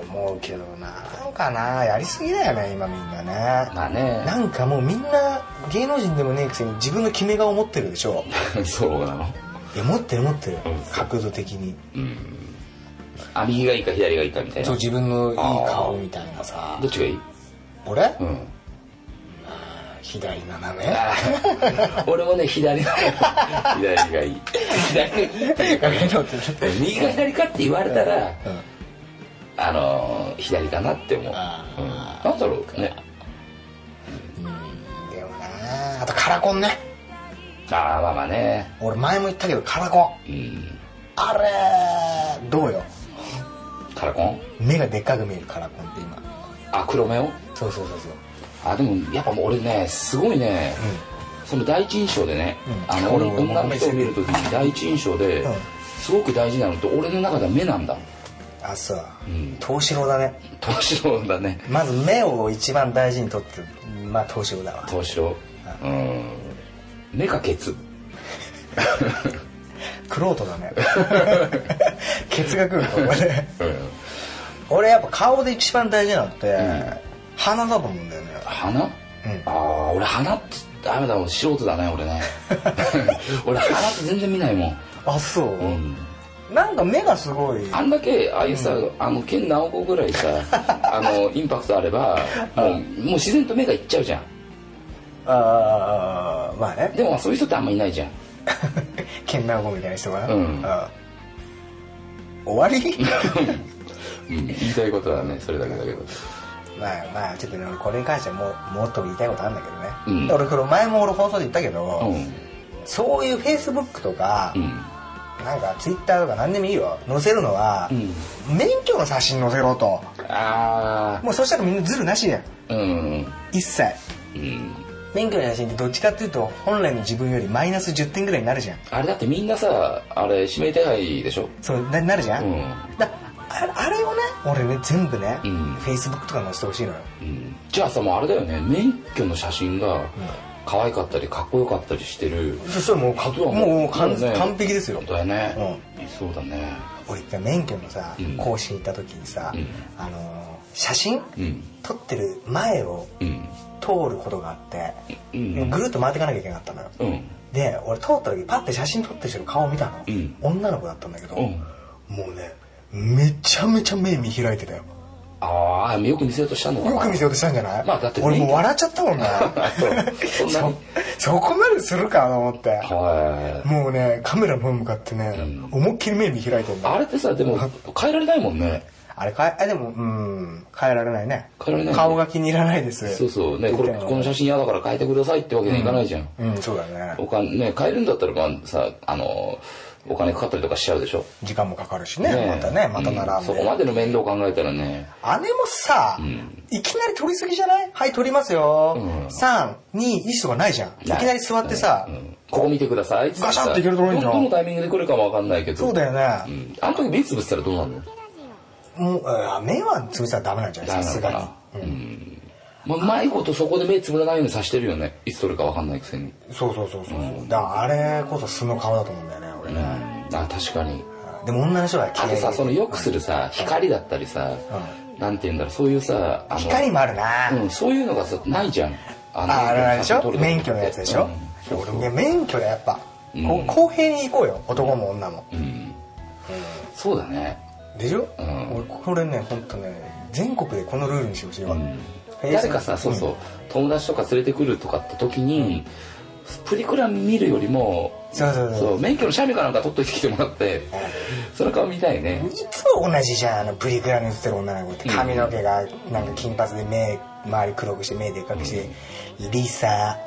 Speaker 3: 思うけどななんかなやりすぎだよね今みんなね
Speaker 4: まあね
Speaker 3: なんかもうみんな芸能人でもねえくせに自分の決め顔持ってるでしょ
Speaker 4: そうなの
Speaker 3: いや持ってる持ってる
Speaker 4: うん
Speaker 3: 角度的に
Speaker 4: あ右がいいか左がいいかみたいな
Speaker 3: そう自分のいい顔みたいなさ
Speaker 4: どっちがいい
Speaker 3: 俺、
Speaker 4: うん
Speaker 3: 左斜め
Speaker 4: あー 俺もね左の左がいい左がいいっていうかね右か左かって言われたら、
Speaker 3: うん
Speaker 4: あのー左かなって思う、うん、
Speaker 3: あ
Speaker 4: なんだろうね
Speaker 3: でもなあとカラコンね
Speaker 4: ああまあまあね
Speaker 3: 俺前も言ったけどカラコン
Speaker 4: うん
Speaker 3: あれどうよ
Speaker 4: カラコン
Speaker 3: 目がでっかく見えるカラコンって今
Speaker 4: あ黒目を
Speaker 3: そうそうそうそう
Speaker 4: あでもやっぱもう俺ねすごいね、その第一印象でね、
Speaker 3: うん
Speaker 4: あの俺
Speaker 3: うん
Speaker 4: 女の人を見るときに第一印象で、
Speaker 3: うん
Speaker 4: すごく大事なのって俺の中では目なんだ
Speaker 3: あそう
Speaker 4: うん
Speaker 3: 東四郎だね
Speaker 4: 東四郎だね
Speaker 3: まず目を一番大事にとってまあ東四郎だわ
Speaker 4: 東四郎うん目かケツ
Speaker 3: クロートだ ねケツがくると思うね
Speaker 4: うん
Speaker 3: 俺やっぱ顔で一番大事なのって、鼻だと思うんだよね
Speaker 4: 鼻、ああ俺鼻ってダメだもん素人だね 俺ね俺鼻って全然見ないもん、
Speaker 3: あそう、
Speaker 4: うん
Speaker 3: なんか目がすごい
Speaker 4: あんだけああいうさ、あの剣直子ぐらい さあのインパクトあればもうもう自然と目がいっちゃうじゃん
Speaker 3: あーまあね
Speaker 4: でもまあそういう人ってあんまいないじゃん
Speaker 3: ケンナゴみたいな人が、
Speaker 4: うん
Speaker 3: あ終わり
Speaker 4: うん言いたいことはねそれだけだけど
Speaker 3: まあまあちょっとね俺これに関してはもうもっと言いたいことあるんだけどね、
Speaker 4: うん
Speaker 3: 俺これ前も俺放送で言ったけど、
Speaker 4: うん
Speaker 3: そういうフェイスブックとか、
Speaker 4: うん
Speaker 3: なんかツイッターとか何でもいいよ載せるのは、
Speaker 4: う
Speaker 3: 免許の写真載せろと
Speaker 4: あ
Speaker 3: もうそしたらみんなズルなしじゃん
Speaker 4: あうん
Speaker 3: 一切
Speaker 4: うん
Speaker 3: 免許の写真ってどっちかっていうと本来の自分よりマイナス10点ぐらいになるじゃん
Speaker 4: あれだってみんなさあれ指名手配でしょ
Speaker 3: そうななるじゃん、
Speaker 4: うん
Speaker 3: だああれをね俺ね全部ね、
Speaker 4: うん
Speaker 3: フェイスブックとか載せてほしいのよ
Speaker 4: うんじゃあさもうあれだよね免許の写真が可愛かったりかっこよかったりしてる
Speaker 3: そしたらもうか
Speaker 4: ことは
Speaker 3: もうもう完
Speaker 4: もね
Speaker 3: 完璧ですよ
Speaker 4: 本当だよね、そうだね
Speaker 3: 俺一回免許のさ
Speaker 4: うん
Speaker 3: 講習行った時にさ、
Speaker 4: うん
Speaker 3: あのー写真、
Speaker 4: うん
Speaker 3: 撮ってる前を
Speaker 4: うん
Speaker 3: 通ることがあって、
Speaker 4: うん
Speaker 3: ぐるっと回っていかなきゃいけなかったのよ、
Speaker 4: うん
Speaker 3: で俺通った時パッて写真撮ってる人の顔を見たの、
Speaker 4: うん
Speaker 3: 女の子だったんだけど、
Speaker 4: うん
Speaker 3: もうねめちゃめちゃ目見開いてたよ
Speaker 4: ああよく見せようとしたのかな
Speaker 3: よく見せようとしたんじゃない、
Speaker 4: まあだって
Speaker 3: 俺もう笑っちゃったもんね
Speaker 4: そうそんなに
Speaker 3: そそこまでするかと思って
Speaker 4: はい
Speaker 3: もうねカメラの方に向かってね、思いっきり目見開いてんだ
Speaker 4: あれってさでも変えられないもんね
Speaker 3: あれかえ、あでも、うん、変えられないね。
Speaker 4: 変えられないね
Speaker 3: 顔が気に入らないです。
Speaker 4: そうそうねこれ
Speaker 3: って言っても
Speaker 4: この写真嫌だから変えてくださいってわけにはいかないじゃん、
Speaker 3: うん、そうだね。
Speaker 4: お金ね変えるんだったらまあさあのお金かかったりとかしちゃうでしょ
Speaker 3: 時間もかかるしね、またね、また
Speaker 4: なら
Speaker 3: 並
Speaker 4: そ
Speaker 3: んで。
Speaker 4: こまでの面倒を考えたらね
Speaker 3: 姉もさ、いきなり取りすぎじゃないはい、取りますよ。
Speaker 4: うん
Speaker 3: 3、2、1とかないじゃん。いきなり座ってさ、
Speaker 4: うんここ見てくださいっつって
Speaker 3: ガシャン
Speaker 4: さ
Speaker 3: っていけるところいいんじゃん
Speaker 4: どどのタイミングで来るかもわかんないけど
Speaker 3: そうだよ
Speaker 4: う
Speaker 3: ね。
Speaker 4: んあの時目つぶったらどうなるの
Speaker 3: もう、あ目は潰したらダメなんじゃない
Speaker 4: ダ
Speaker 3: さ
Speaker 4: メな
Speaker 3: すが
Speaker 4: のか
Speaker 3: に。
Speaker 4: なうんまうまいことそこで目つぶらないようにさしてるよねいつ撮るかわかんないくせに
Speaker 3: そうそうそうそう。そうだからあれこそ素の顔だと思うんだよね、俺ね。
Speaker 4: あ確かに
Speaker 3: でも女の人は
Speaker 4: あとさそのよくす
Speaker 3: る。
Speaker 4: るさ光だったりさ、なんて言うんだろうそういうさあの
Speaker 3: 光もあるな。
Speaker 4: うん、そういうのがさないじゃんあ
Speaker 3: あ、あれなんでしょ
Speaker 4: 写真撮る時
Speaker 3: 免許のやつでしょ、
Speaker 4: うんそうそう
Speaker 3: 俺ね免許でやっぱ、
Speaker 4: うん
Speaker 3: こう公平に行こうよ男も女も、
Speaker 4: うんそうだね
Speaker 3: でしょ、
Speaker 4: うん
Speaker 3: 俺これね本当ね全国でこのルールにしてほしいわ、平日
Speaker 4: 誰かさそうそう、友達とか連れてくるとかって時に、プリクラ見るよりも
Speaker 3: そうそうそう
Speaker 4: そう免許の写メかなんか撮っといてきてもらってその顔見たいね
Speaker 3: いつも同じじゃんあのプリクラに写ってる女の子って髪の毛がなんか金髪で目周り黒くして目でっかくして「リ サ」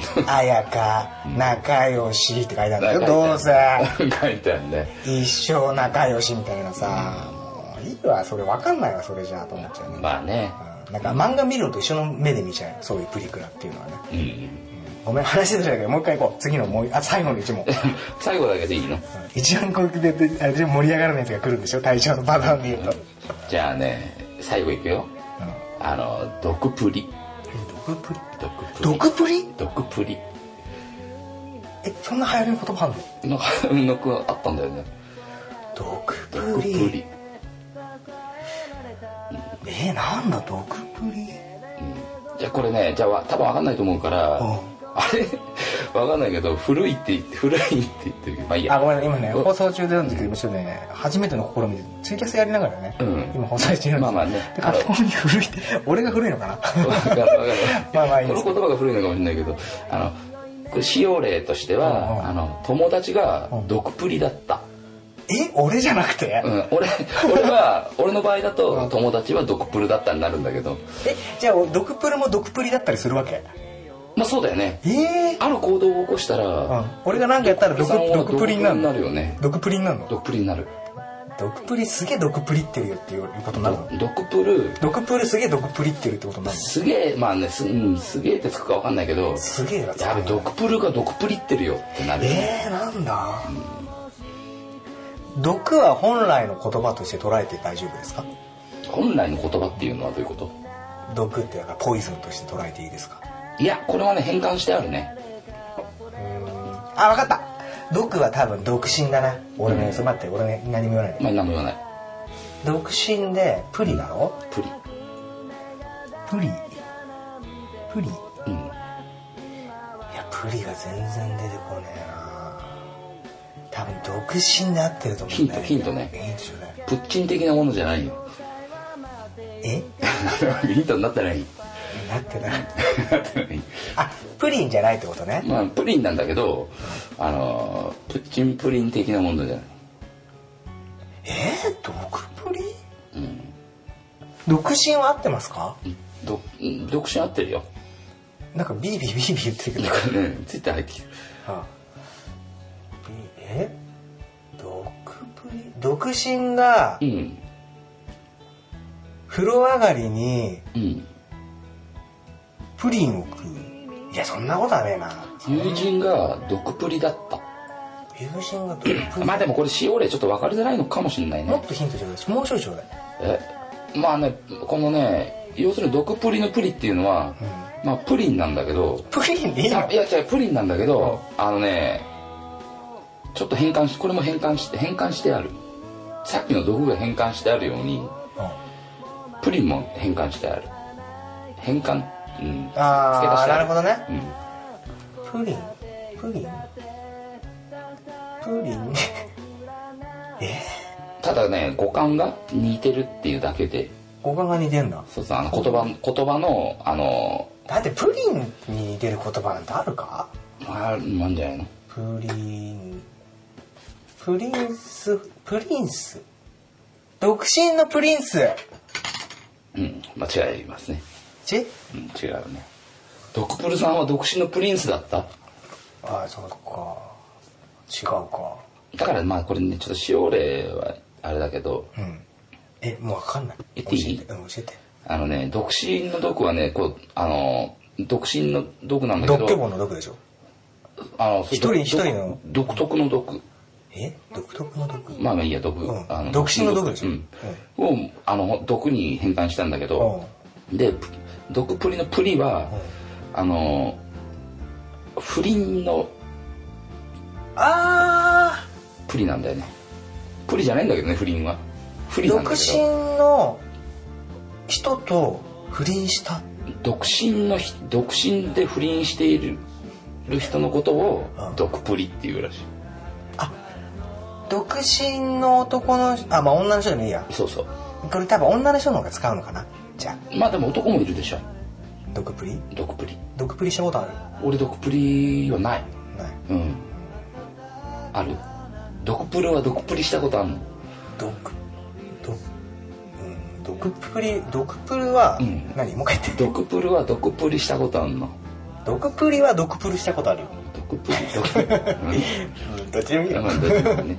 Speaker 3: 「あやか」「仲良し」って書いてあるんだよどうせ
Speaker 4: 書いてあるね
Speaker 3: 一生仲良しみたいなさ、もういいわそれ分かんないわそれじゃあと思っちゃうね、
Speaker 4: まあね
Speaker 3: うんなんか漫画見るのと一緒の目で見ちゃうそういうプリクラっていうのはね
Speaker 4: うん
Speaker 3: ごめん話しちゃうけどもう一回行こう次のもうあ最後の一問うん
Speaker 4: 最後だけでいいの
Speaker 3: 一番こうでであれで盛り上がらないやつが来るんでしょ体調のパターンで言うと、
Speaker 4: じゃあね最後いくよあの毒プリ
Speaker 3: 毒プリ
Speaker 4: 毒プリ
Speaker 3: 毒プリ
Speaker 4: 毒プリ
Speaker 3: えそんな流行りの言葉あるの
Speaker 4: の のくあったんだよね
Speaker 3: 毒プ
Speaker 4: 毒
Speaker 3: リ
Speaker 4: プリ
Speaker 3: えなんだ毒プリ
Speaker 4: じゃあこれねじゃあわ多分わかんないと思うから
Speaker 3: うん
Speaker 4: あれ わかんないけど古いって言って古いって言ってるけどまあいい
Speaker 3: あ
Speaker 4: や
Speaker 3: ごめん今ね
Speaker 4: うん
Speaker 3: 放送中で読んですけどちょっとね初めての試みでツイキャスやりながらね、
Speaker 4: うん
Speaker 3: 今放送中なんですよ
Speaker 4: まあまあね
Speaker 3: で勝手に古いって俺が古いのかな
Speaker 4: わか るわかる
Speaker 3: まあまあいいん
Speaker 4: こ
Speaker 3: ですけ
Speaker 4: の言
Speaker 3: ど
Speaker 4: 葉が古いのかもしれないけどあのこれ使用例としては、
Speaker 3: うんうん
Speaker 4: あの友達が
Speaker 3: うん
Speaker 4: 毒プリだった、
Speaker 3: え俺じゃなくて、
Speaker 4: うん、俺俺は俺の場合だと友達は毒プルだったになるんだけど
Speaker 3: えじゃあ毒プルも毒プリだったりするわけ
Speaker 4: まあそうだよね
Speaker 3: ええ
Speaker 4: ある行動を起こした
Speaker 3: うん
Speaker 4: ら、、
Speaker 3: 俺が何かやったら毒
Speaker 4: さんは
Speaker 3: 毒プリになるの
Speaker 4: 毒よね
Speaker 3: 毒プリになるの
Speaker 4: 毒プリになる
Speaker 3: 毒プリすげえ毒プリってるよっていうことになるの
Speaker 4: 毒プル
Speaker 3: 毒プリすげえ毒プリってるってことになる
Speaker 4: すげえまあねす,、うん、すげえってつくかわかんないけど
Speaker 3: のすげえやつ
Speaker 4: やべ毒プルが毒プリってるよってなるよね
Speaker 3: えー、なんだ毒は本来の言葉として捉えて大丈夫ですか
Speaker 4: 本来の言葉っていうのはどういうこと
Speaker 3: 毒っていうかポイズンとして捉えていいですか
Speaker 4: いやこれはね変換してあるね
Speaker 3: あ分かった毒は多分独身だな俺ね、それ待って俺ね何も言わないで
Speaker 4: まあ何も言わない
Speaker 3: 独身でプリだろ
Speaker 4: プリ
Speaker 3: プリプリ
Speaker 4: うん
Speaker 3: いやプリが全然出てこねえな多分独身で合ってると思うんだよ
Speaker 4: ヒントヒントね
Speaker 3: ヒントちょうだい
Speaker 4: プッチン的なものじゃないよ
Speaker 3: え
Speaker 4: ヒントになってない
Speaker 3: なってない
Speaker 4: なってない
Speaker 3: あプリンじゃないってことね
Speaker 4: まあプリンなんだけどあのープッチンプリン的なものじゃない
Speaker 3: えー、毒プリ
Speaker 4: うん
Speaker 3: 独身は合ってますか
Speaker 4: どうん独身合ってるよ
Speaker 3: なんかビービービービー言ってるけ
Speaker 4: だ
Speaker 3: ど
Speaker 4: からねツイッター入ってきて
Speaker 3: あビえ毒プリ独身が
Speaker 4: うん
Speaker 3: 風呂上がりに
Speaker 4: うん
Speaker 3: プリンを食ういやそんなことはねえな
Speaker 4: 友人が毒プリだった
Speaker 3: 友人が毒プリ
Speaker 4: まあでもこれ使用例ちょっと分かりづらいのかもしれない
Speaker 3: も
Speaker 4: ね
Speaker 3: っとヒントちょうだいもうちょいちょうだい
Speaker 4: えまあねこのね要するに毒プリのプリっていうのは、まあプリンなんだけど
Speaker 3: プリンでいい
Speaker 4: いや
Speaker 3: の
Speaker 4: いや違うプリンなんだけどあのねちょっと変換しこれも変換して変換してあるさっきの毒が変換してあるようにプリンも変換してある変換うん付け足
Speaker 3: あ
Speaker 4: し
Speaker 3: あ
Speaker 4: て
Speaker 3: な
Speaker 4: あ
Speaker 3: るほどね
Speaker 4: うん
Speaker 3: プリンプリンプリン え
Speaker 4: ただね五感が似てるっていうだけで
Speaker 3: 語感が似てんだ
Speaker 4: そうそうあの言葉言葉のあの
Speaker 3: だってプリンに似てる言葉なんてあるか
Speaker 4: まあなんじゃないの
Speaker 3: プリンプリンスプリンス独身のプリンス
Speaker 4: うん間違いありますね、
Speaker 3: ち
Speaker 4: うん、違うねドクプルさんは独身のプリンスだった
Speaker 3: ああそうか違うか
Speaker 4: だからまあこれねちょっと使用例はあれだけど
Speaker 3: うんえもう分かんない
Speaker 4: 言っていい
Speaker 3: 教えてうん教えて
Speaker 4: あのね独身の毒はねこうあの独身の毒なんだ
Speaker 3: ド
Speaker 4: け
Speaker 3: ッケ
Speaker 4: ど
Speaker 3: ボンの毒でしょ
Speaker 4: あのそ
Speaker 3: 一
Speaker 4: う
Speaker 3: 人
Speaker 4: ど
Speaker 3: 一人の
Speaker 4: 独特の毒
Speaker 3: え独特の毒
Speaker 4: まあまあいいや毒、
Speaker 3: うん
Speaker 4: あの
Speaker 3: 独身の毒でしょ
Speaker 4: うんをあの毒に変換したんだけど、でプ毒プリのプリは、あの不倫の
Speaker 3: あ
Speaker 4: プリなんだよねプリじゃないんだけどね不倫は不
Speaker 3: ー
Speaker 4: 倫なん
Speaker 3: 独
Speaker 4: だけ
Speaker 3: 身
Speaker 4: ど
Speaker 3: の人と不倫した
Speaker 4: 独身のひ独身で不倫しているる人のことを
Speaker 3: うん
Speaker 4: 毒プリっていうらしい
Speaker 3: 独身の男のあまあ女の人でもいいや
Speaker 4: そうそう
Speaker 3: これ多分女の人の方が使うのかなじゃあ
Speaker 4: まあでも男もいるでしょ
Speaker 3: 毒プリ
Speaker 4: 毒プリ
Speaker 3: 毒プリしたことある
Speaker 4: 俺毒プリはない
Speaker 3: ない
Speaker 4: うんある毒プルは毒プリしたことあるの
Speaker 3: 毒毒うん毒プリ毒プルは、
Speaker 4: うん
Speaker 3: 何もう一回言って
Speaker 4: 毒プルは毒プリしたことあるの
Speaker 3: 毒プリは毒プルしたことあるよ、
Speaker 4: 毒 プリ毒プリ
Speaker 3: うん、どっちでもいい
Speaker 4: うん
Speaker 3: よ
Speaker 4: まあどっちもね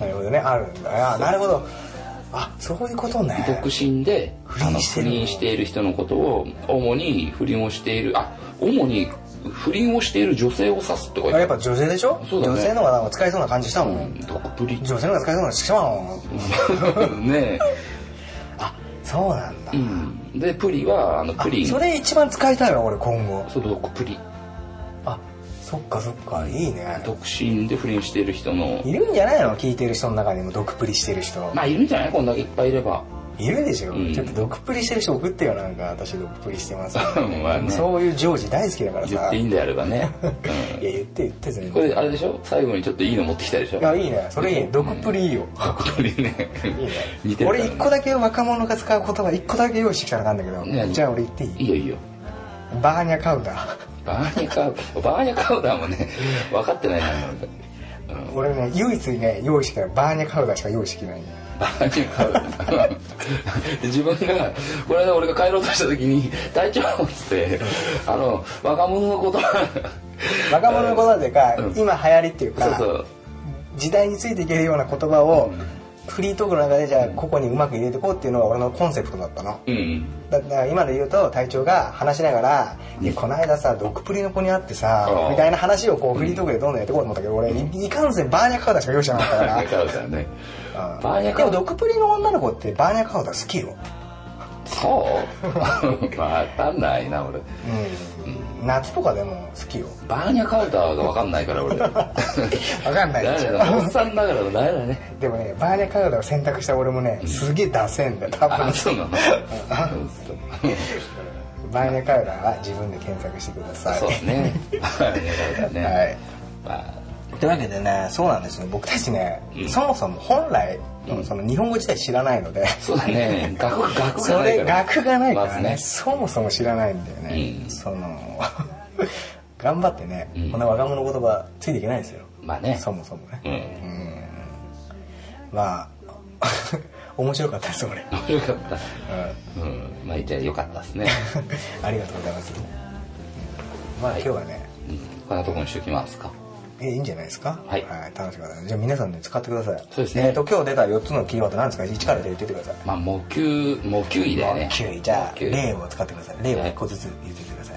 Speaker 3: なるほどねあるんだあなるほどあそういうことね
Speaker 4: 独身で
Speaker 3: 不
Speaker 4: あの
Speaker 3: 倫して
Speaker 4: 不
Speaker 3: るの
Speaker 4: 倫している人のことを主に不倫をしているあ主に不倫をしている女性を指すってこ
Speaker 3: あや
Speaker 4: と
Speaker 3: っぱ女性でしょ、
Speaker 4: そうだね
Speaker 3: 女性の方がなんか使えそうな感じしたもん、
Speaker 4: 毒プリ
Speaker 3: 女性の方が使えそうなしまもん
Speaker 4: ね
Speaker 3: そうなんだ、
Speaker 4: え、うん、でプリはあのプリ
Speaker 3: それ一番使いたいわ俺今後
Speaker 4: そう毒プリ
Speaker 3: あそっかそっかいいね
Speaker 4: 独身で不倫している人の
Speaker 3: いるんじゃないの聞いてる人の中にも毒プリしてる人、
Speaker 4: まあいるんじゃないこんだけいっぱいいれば
Speaker 3: いるでしょ、
Speaker 4: ん
Speaker 3: ちょっと毒プリしてる人送ってよなんか私毒プリしてます、
Speaker 4: まあね
Speaker 3: そういうジョージ大好きだから
Speaker 4: 言
Speaker 3: さ
Speaker 4: っていいんであれ ばね、
Speaker 3: いや言って言って全
Speaker 4: うん、こ
Speaker 3: 然
Speaker 4: れあれでしょ最後にちょっといいの持ってきたでしょ
Speaker 3: いやいいねそれいい毒プリいいよ
Speaker 4: 毒プリね
Speaker 3: いいね
Speaker 4: 似てるから
Speaker 3: 俺一個だけ若者が使う言葉一個だけ用意してきたのがあるんだけど
Speaker 4: 何
Speaker 3: じゃあ俺言ってい
Speaker 4: い
Speaker 3: い
Speaker 4: いよいいよ
Speaker 3: バーニャカウダ
Speaker 4: バーニャカウダーバーニャカウダーもね分かってないななんか
Speaker 3: ー俺ね唯一ね用意してないバーニャカウダーしか用意してないね
Speaker 4: バーニャカウダー 自分がこれで俺が帰ろうとした時に「隊長」っつってあの若者のこと
Speaker 3: 若者の言葉というか、
Speaker 4: うん
Speaker 3: 今流行りっていう
Speaker 4: そう
Speaker 3: か
Speaker 4: そう
Speaker 3: 時代についていけるような言葉を、フリートークの中でじゃあここにうまく入れていこうっていうのが俺のコンセプトだったの
Speaker 4: うん
Speaker 3: だだから今で言うと隊長が話しながら「いやこの間さ毒プリの子に会ってさ
Speaker 4: あ」あ
Speaker 3: みたいな話をこうフリートークでどんどんやっていこうと思ったけど俺いいかんせんバーニャカウダしか用意してなかった
Speaker 4: バ
Speaker 3: か
Speaker 4: ー
Speaker 3: ら
Speaker 4: ニャカウダーね
Speaker 3: うん
Speaker 4: バーニャカウダ
Speaker 3: でも毒プリの女の子ってバーニャカウダ好きよ
Speaker 4: そう分かんないな
Speaker 3: うん
Speaker 4: 俺
Speaker 3: 夏とかでも好きよ
Speaker 4: バーニャカウダーが分かんないから俺
Speaker 3: 分かんないでし
Speaker 4: 誰
Speaker 3: ょ
Speaker 4: だおっさんだから誰だね
Speaker 3: でもねバーニャカウダを選択した俺もねすげえ出せんだよ多分
Speaker 4: あそうなの
Speaker 3: バーニャカウダは自分で検索してください
Speaker 4: そうねバーニャカウダーね、
Speaker 3: はい
Speaker 4: まあ
Speaker 3: というわけでねそうなんですよ僕たちね、
Speaker 4: うん
Speaker 3: そもそも本来のその日本語自体知らないので、
Speaker 4: そうだね学学
Speaker 3: それ学がないから
Speaker 4: まず
Speaker 3: ね,、
Speaker 4: ね
Speaker 3: そもそも知らないんだよね、
Speaker 4: うん
Speaker 3: その 頑張ってね、
Speaker 4: うん
Speaker 3: こんな若者言葉ついていけないですよ、
Speaker 4: まあね
Speaker 3: そもそもね、
Speaker 4: うん
Speaker 3: まあ 面白かったです俺、
Speaker 4: よかった
Speaker 3: う
Speaker 4: うんまあじゃあよかったですね、
Speaker 3: ん、 ありがとうございますまあ今日はね
Speaker 4: うん、こんなとこにしときますか
Speaker 3: えいいんじゃないですか
Speaker 4: はい
Speaker 3: 楽しかったですじゃあ皆さんね使ってください
Speaker 4: そうですね
Speaker 3: えーと今日出た4つのキーワードなんですか1から出てってください
Speaker 4: まあ模球模球位だよね
Speaker 3: 9位じゃあ
Speaker 4: 模
Speaker 3: 例を使ってください例を1個ずつ言ってってください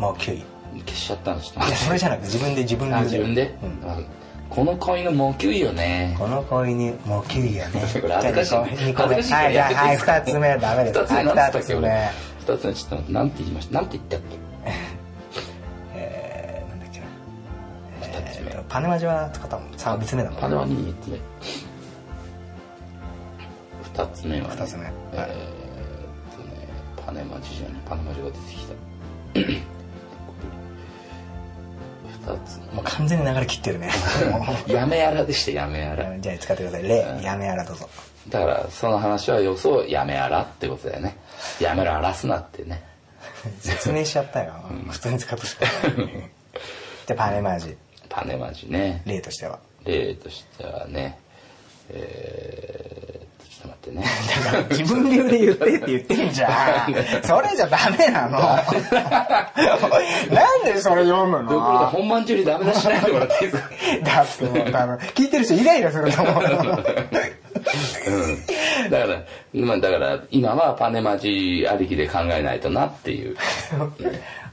Speaker 3: もう9位い
Speaker 4: 消しちゃったのちょっと
Speaker 3: やそれじゃなくて自分で自分で
Speaker 4: あ自分で、
Speaker 3: うん
Speaker 4: あこの恋の模球位よね
Speaker 3: この恋にもう9位やね
Speaker 4: これ恥ずかしい
Speaker 3: 2個目
Speaker 4: 恥ずかしいから
Speaker 3: はいじゃあはい
Speaker 4: や
Speaker 3: 2
Speaker 4: めて
Speaker 3: つ目ダメです
Speaker 4: 二つ
Speaker 3: はい
Speaker 4: 目なんつったっ
Speaker 3: 二
Speaker 4: け
Speaker 3: つ
Speaker 4: 俺
Speaker 3: 目
Speaker 4: 二つ目ちょっと待ってなんて言いましたなんて言ったっけ
Speaker 3: えーなんだっけな
Speaker 4: 二つ
Speaker 3: えっと
Speaker 4: 目
Speaker 3: パネマジは使ったもん3つ目だもん
Speaker 4: あれは二つ目二つ目はね
Speaker 3: 二つ目はい
Speaker 4: えーっとねパネマジじゃないパネマジが出てきた二つ
Speaker 3: もう完全に流れ切ってるね
Speaker 4: やめやらでしてやめやら
Speaker 3: じゃあ使ってください例やめやらどうぞ
Speaker 4: だからその話はよそやめやらってことだよねやめろ荒らすなってね
Speaker 3: 説明しちゃったよ普通に使ってたで パネマジ
Speaker 4: パネマジね
Speaker 3: 例としては
Speaker 4: 例としてはねえーっとちょっと待ってね
Speaker 3: だから自分流で言ってって言ってんじゃん。それじゃダメなの。なんでそれ読む
Speaker 4: ということで
Speaker 3: の
Speaker 4: 本番中にダメ出ししないでもらっていいですか
Speaker 3: だってもう多分、聞いてる人イライラすると思うの。
Speaker 4: だから、まあ、だから今はパネマジありきで考えないとなっていう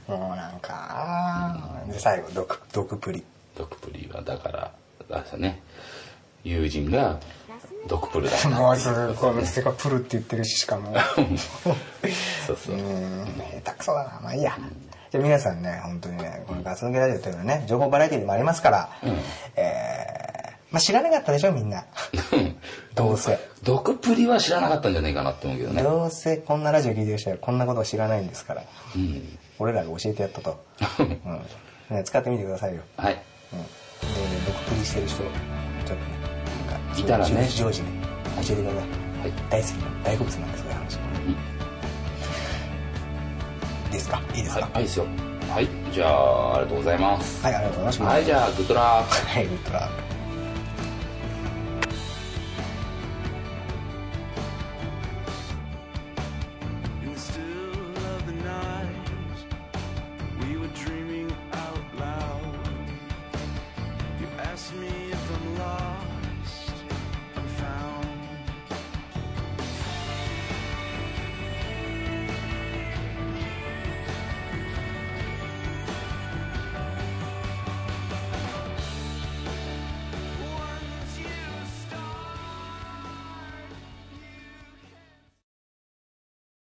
Speaker 3: もうなんか、で最後、毒、毒プリ。
Speaker 4: ドクプリはだからあれですよね友人がドクプルだった
Speaker 3: もうすぐ、この人がプルって言ってるし、しかも。
Speaker 4: そうそうう
Speaker 3: ーん、下手くそだな。まあいいや。じゃあ皆さんね、本当にね、このガス抜けラジオというのはね、情報バラエティでもありますから、えー、まあ知らなかったでしょ、みんな。どうせ。
Speaker 4: ドクプリは知らなかったんじゃないかなって思うけどね
Speaker 3: どうせこんなラジオ聞いてる人はこんなことを知らないんですから、 俺らが教えてやったと、うんね、使ってみてくださいよ、
Speaker 4: はい
Speaker 3: うん、で毒プリしてる人ちょっとねなんか
Speaker 4: いたら
Speaker 3: そ
Speaker 4: ね
Speaker 3: うう常時ね教えてください、
Speaker 4: はい
Speaker 3: 大好きな大好物なんですそういう話、いいですかいいです
Speaker 4: はい
Speaker 3: か
Speaker 4: はいですよはいじゃあありがとうございます
Speaker 3: はい、ありがとうございます
Speaker 4: はいじゃあグッドラック
Speaker 3: はいグッドラック
Speaker 5: In the still of the night, we were dreaming out loud. You asked me